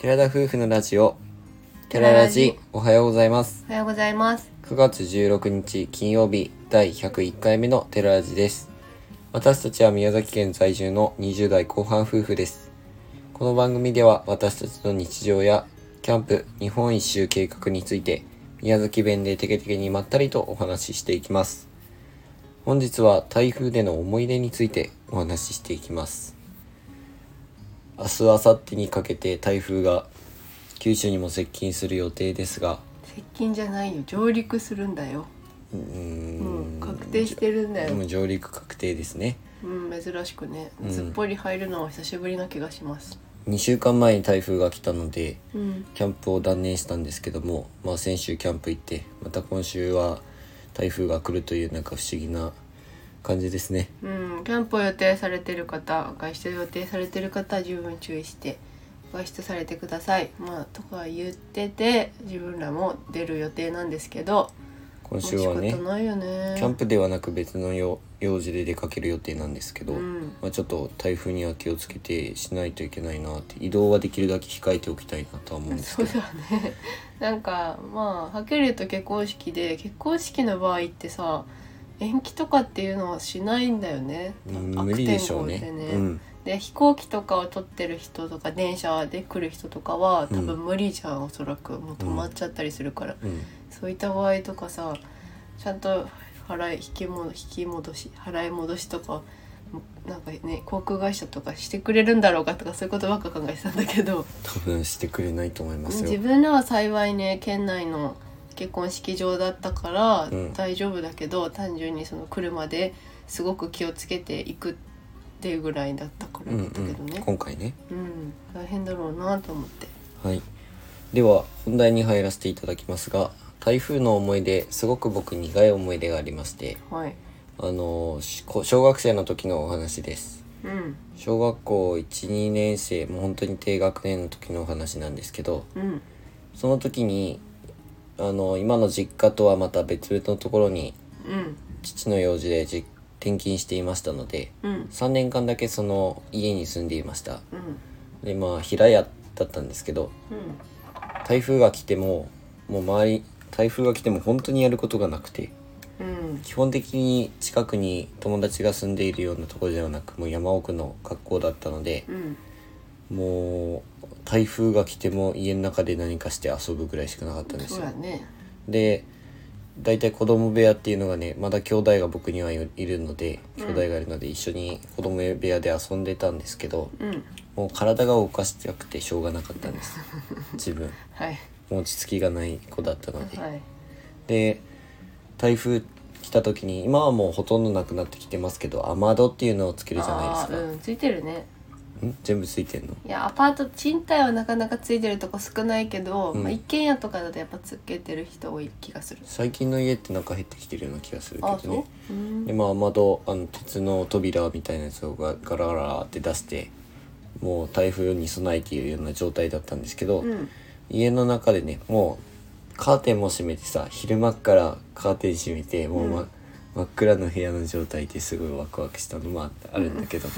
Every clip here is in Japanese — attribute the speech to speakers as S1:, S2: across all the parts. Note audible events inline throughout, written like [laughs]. S1: 寺田夫婦のラジオ寺ラジおはようございます
S2: おはようございます。
S1: 9月16日金曜日第101回目の寺ラジです私たちは宮崎県在住の20代後半夫婦ですこの番組では私たちの日常やキャンプ日本一周計画について宮崎弁でテケテケにまったりとお話ししていきます本日は台風での思い出についてお話ししていきます明日明後日にかけて台風が九州にも接近する予定ですが
S2: 接近じゃないよ。上陸するんだよ。
S1: うー
S2: うん
S1: ん、
S2: 確定してるんだ
S1: でも
S2: よ。
S1: 上陸確定ですね
S2: うん、珍しくね
S1: う。ん
S2: すっぽり入るのは久しぶりな気がします。
S1: 2週間前に台風が来たので
S2: うん、
S1: キャンプを断念したんですけども、まあ、先週キャンプ行ってまた今週は台風が来るというなんか不思議な感じですね
S2: うん、キャンプを予定されてる方、外出を予定されてる方は十分注意して外出されてください。まあとか言ってて自分らも出る予定なんですけど、
S1: 今
S2: もう
S1: 週
S2: 仕
S1: は
S2: 方
S1: ね
S2: ないよね。
S1: キャンプではなく別の用用事で出かける予定なんですけど、
S2: うん
S1: まあ、ちょっと台風には気をつけてしないといけないなって移動はできるだけ控えておきたいなとは思うんです
S2: そ
S1: け
S2: う
S1: ど
S2: だねなんかまあはっきり言うと結婚式で結婚式の場合ってさ延期とかっていうのはしないんだよね
S1: うん無理でしょうね
S2: 悪天候で
S1: うん、
S2: で飛行機とかを取ってる人とか電車で来る人とかは多分無理じゃん、おそらくもう止まっちゃったりするから、
S1: うん、
S2: そういった場合とかさちゃんと払い引きも引き戻し払い戻しとかもなんかね航空会社とかしてくれるんだろうかとかそういうことばっか考えてたんだけど。
S1: 多分してくれないと思います
S2: 自
S1: よ
S2: 分らは幸いね県内の結婚式場だったから
S1: うん
S2: 大丈夫だけど、単純にその車ですごく気をつけていくっていうぐらいだったから
S1: うん
S2: だ
S1: う
S2: ったけど
S1: ん、
S2: ね、
S1: 今回ね
S2: うん大変だろうなと思って
S1: はい。では、本題に入らせていただきますが、台風の思い出、すごく僕苦い思い出がありまして、
S2: はい
S1: あの、しこ小学生の時のお話です。
S2: うん
S1: 小学校1、2年生、もう本当に低学年の時のお話なんですけど、
S2: うん
S1: その時に、あの、今の実家とはまた別々のところに、
S2: うん
S1: 父の用事でじ転勤していましたので、
S2: うん
S1: 3年間だけその家に住んでいました。
S2: うん
S1: で、まあ、平屋だったんですけど、
S2: うん
S1: 台風が来てももう周り台風が来ても本当にやることがなくて
S2: うん
S1: 基本的に近くに友達が住んでいるようなところではなくもう山奥の学校だったので
S2: うん
S1: もう台風が来ても家の中で何かして遊ぶぐらいしかなかったんです
S2: そう
S1: よ
S2: やね
S1: で大体子供部屋っていうのがねまだ兄弟が僕にはいいるので
S2: うん
S1: 兄弟がいるので一緒に子供部屋で遊んでたんですけど
S2: うん
S1: もう体が動かしたくてしょうがなかったん
S2: [laughs]
S1: です自分
S2: はい
S1: もう落ち着きがない子だったので、
S2: はい
S1: で台風来た時に今はもうほとんどなくなってきてますけど雨戸っていうのをつけるじゃないです
S2: あ
S1: か、
S2: ーうんついてるね
S1: ん全部ついてんの
S2: いやアパート賃貸はなかなかついてるとこ少ないけど、
S1: うん
S2: まあ、一軒家とかだとやっぱつけてる人多い気がする。
S1: 最近の家ってなんか減ってきてるような気がする
S2: あ
S1: けど
S2: そ
S1: ね
S2: う。うん
S1: でまあ雨戸あの鉄の扉みたいなやつをガガラガラって出してもう台風に備えているような状態だったんですけど、
S2: うん
S1: 家の中でねもうカーテンも閉めてさ昼間っからカーテン閉めてもう、ま
S2: うん
S1: 真っ暗の部屋の状態ですごいワクワクしたのもああるんだけ
S2: [laughs]
S1: ど、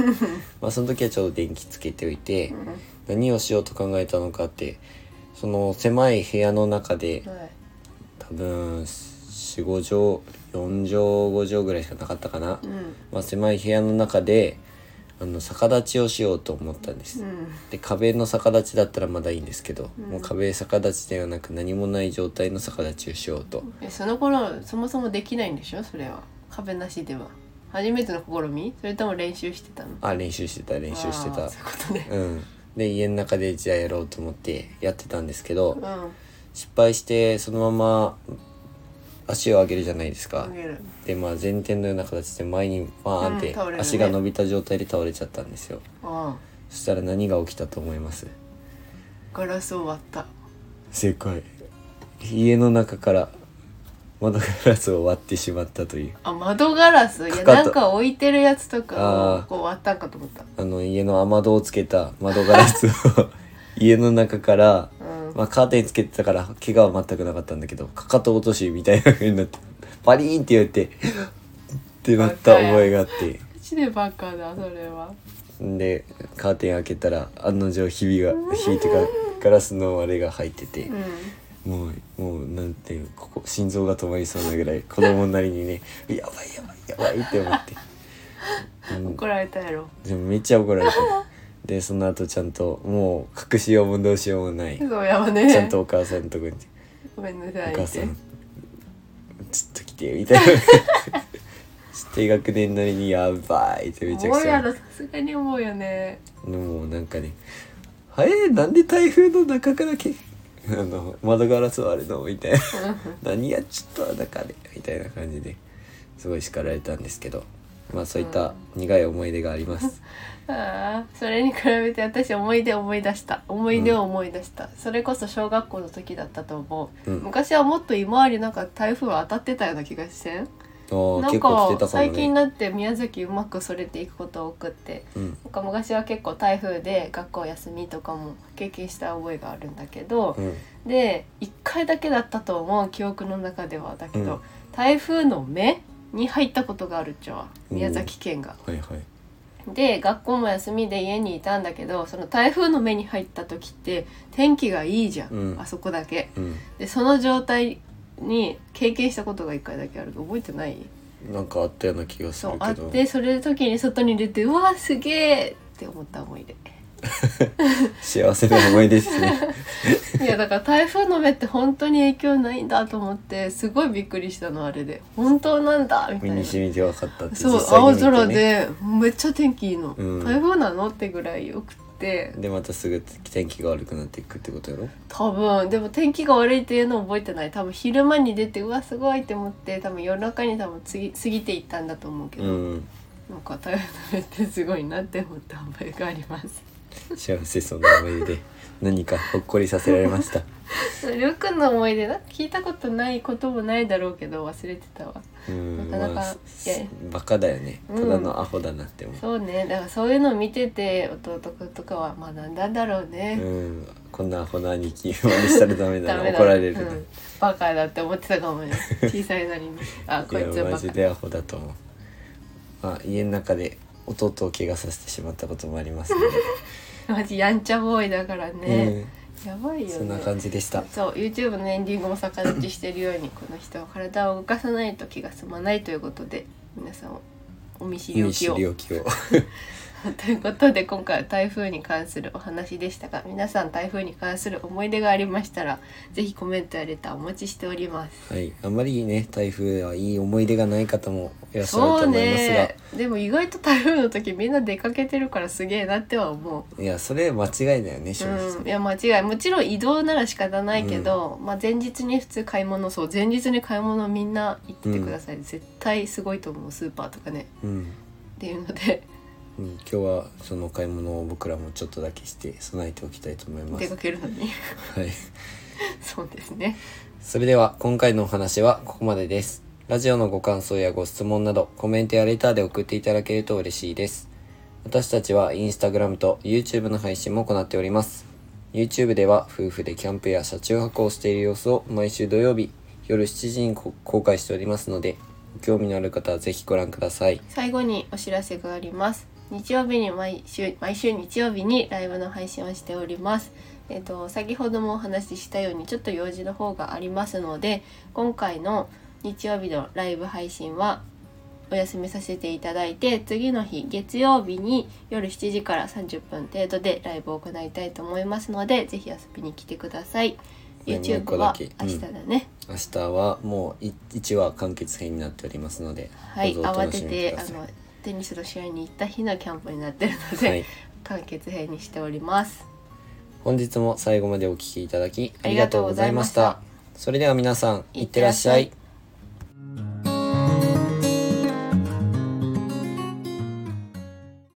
S1: まあその時はちょうど電気つけておいて、
S2: うんは
S1: 何をしようと考えたのかってその狭い部屋の中で
S2: い
S1: 多分45畳4畳5畳ぐらいしかなかったかな、
S2: うん
S1: まあ、狭い部屋の中であの逆立ちをしようと思ったんです
S2: う。ん
S1: で壁の逆立ちだったらまだいいんですけど、
S2: うん
S1: もう壁逆立ちではなく何もない状態の逆立ちをしようと、
S2: えその頃そもそもできないんでしょそれは壁なしでは初めての試みそれとも練習してたの
S1: あ練習してた練習して
S2: あー
S1: た
S2: そういうことね
S1: うんで家の中でじゃあやろうと思ってやってたんですけど、
S2: うん
S1: 失敗してそのまま足を上げるじゃないですか、
S2: 投げる
S1: でまあ前転のような形で前にバーンっ
S2: うん
S1: て
S2: 倒れるね
S1: 足が伸びた状態で倒れちゃったんですよ、
S2: ああ
S1: そしたら何が起きたと思います
S2: ガラスを割った
S1: 正解家の中から窓ガラスを割ってしまったという
S2: あ窓ガラスい
S1: か
S2: や
S1: かと
S2: なんか置いてるやつと
S1: あ
S2: か
S1: ー
S2: をこう割ったんかと思った
S1: あの家の雨戸をつけた窓ガラスを家の中から、
S2: うん
S1: まあ、カーテンつけてたから怪我は全くなかったんだけどかかと落としみたいな風になってパリーンって言ってってなった覚えがあって
S2: マジでバカだそれは
S1: でカーテン開けたら案の定ひびがひびっていうかガラスのあれが入ってて
S2: うん、
S1: もうもうなんていうここ心臓が止まりそうなぐらい子供なりにね「やばいやばいやばい」って思って、うん、
S2: 怒られたやろ
S1: でもめっちゃ怒られてでその後ちゃんともう隠しようもどうしようもないち
S2: そうやわね
S1: ゃんとお母さんのとこに
S2: ごめんな
S1: 「
S2: さい
S1: お
S2: って
S1: 母さんちょっと来て」みたいな低学年なりに「やばい」ってめちゃ
S2: 思
S1: く
S2: う
S1: ち
S2: や
S1: ゃ
S2: ろさすがに思うよね
S1: もうなんかね「はえなんで台風の中からけあの窓ガラス割るの?」みたいな。何やっちゃった中でみたいな感じですごい叱られたんですけどまあそういった苦い思い出があります、
S2: ああそれに比べて私思い出思い出した思い出を思い出した、それこそ小学校の時だったと思う、
S1: うん
S2: 昔はもっと今まりなんか台風は当たってたような気がしてん
S1: おー
S2: なん
S1: 結構来て
S2: か
S1: たかもね
S2: 最近になって宮崎うまくそれていくこと多くって
S1: うん
S2: なんか昔は結構台風で学校休みとかも経験した覚えがあるんだけど、
S1: うん
S2: で1回だけだったと思う記憶の中ではだけど、
S1: うん
S2: 台風の目に入ったことがあるっちゃわ
S1: うん
S2: 宮崎県が。
S1: はいはい
S2: で学校も休みで家にいたんだけどその台風の目に入った時って天気がいいじゃん、
S1: うん
S2: あそこだけ。
S1: うん
S2: でその状態に経験したことが1回だけある覚えてない
S1: なんかあったような気がす
S2: そう
S1: る
S2: あ
S1: け
S2: っ
S1: ど
S2: てそれの時に外に出てうわーすげえって思った思い出
S1: 幸せな思い出です
S2: [laughs]
S1: ね
S2: いやだから台風の目って本当に影響ないんだと思ってすごいびっくりしたのあれで本当なんだみた
S1: 身
S2: いな
S1: に染みて分かったって
S2: そう、
S1: 実際に
S2: 青
S1: 見てね
S2: 空でめっちゃ天気いいの、
S1: うん
S2: 台風なのってぐらいよくって
S1: でまたすぐ天気が悪くなっていくってことやろ
S2: 多分でも天気が悪いっていうのを覚えてない多分昼間に出てうわすごいって思って多分夜中に多分つぎ過ぎていったんだと思うけど、
S1: うん
S2: なんか台風の目ってすごいなって思った覚えがあります [laughs]
S1: 幸せそうな思い出で何かほっこりさせられま
S2: [laughs]
S1: した
S2: りょうくんの思い出なんか聞いたことないこともないだろうけど忘れてたわ
S1: うん
S2: なかなか
S1: まあ
S2: いや
S1: バカだよね
S2: う
S1: た
S2: ん
S1: だのアホだなって思う
S2: そうねだからそういうのを見てて弟くんとかは学んだんだろうね、
S1: うん、こんなアホな兄貴真似したらダメだ
S2: [laughs] ダ
S1: な
S2: メだ
S1: 怒られるな、
S2: うんバカだって思ってた
S1: [laughs]
S2: かもね小さいなりにあこい
S1: い
S2: つ
S1: や
S2: はバ
S1: マ
S2: カ
S1: ジでアホだと思う、まあ、家の中で弟を怪我させてしまったこともありますの
S2: マジやんちゃボーイだから
S1: で、
S2: [laughs] ね、やばい
S1: うん、
S2: よね
S1: そんな感じでした
S2: そう YouTube のエンディングも逆立ちしてるようにこの人は体を動かさないと気が済まないということで皆さんお見知りお
S1: 見
S2: き
S1: 知
S2: を
S1: りおきを
S2: ということで今回は台風に関するお話でしたが皆さん台風に関する思い出がありましたらぜひコメントやレターお待ちしております
S1: はいあんまりね台風はいい思い出がない方もいらっしゃると
S2: そ
S1: 思
S2: う
S1: いますが、
S2: ねでも意外と台風の時みんな出かけてるからすげえなっては思う
S1: いやそれ間違いだよね正直、
S2: うん、いや間違いもちろん移動なら仕方ないけど、まあ、前日に普通買い物そう前日に買い物みんな行っててください、絶対すごいと思うスーパーとかね
S1: うん
S2: っていうので
S1: うん今日はその買い物を僕らもちょっとだけして備えておきたいと思いま
S2: 出
S1: す
S2: か。けるのに [laughs]
S1: はい
S2: そうですね
S1: それでは今回のお話はここまでです。ラジオのご感想やご質問などコメントやレターで送っていただけると嬉しいです。私たちはインスタグラムと YouTube の配信も行っております。YouTube では夫婦でキャンプや車中泊をしている様子を毎週土曜日夜7時にこ公開しておりますので、ご興味のある方はぜひご覧ください。
S2: 最後にお知らせがあります日曜日に毎週毎週日曜日にライブの配信をしておりますえっ、と先ほどもお話ししたようにちょっと用事の方がありますので今回の日曜日のライブ配信はお休みさせていただいて次の日月曜日に夜7時から30分程度でライブを行いたいと思いますのでぜひ遊びに来てください
S1: ね
S2: YouTube
S1: もう一個だ
S2: は
S1: け
S2: 明日だね、
S1: 明日はもう1話完結編になっておりますので、
S2: はい
S1: どうぞお
S2: 慌
S1: 楽
S2: て
S1: しみく
S2: て
S1: だ
S2: あ
S1: さい。
S2: のテニスの試合に行った日のキャンプになってるので、
S1: はい。
S2: 完結編にしております
S1: 本日も最後までお聞きいただきありがとうございまし
S2: ありが
S1: た
S2: とうございま
S1: それでは皆さんいってらっしゃ
S2: いっ
S1: い
S2: て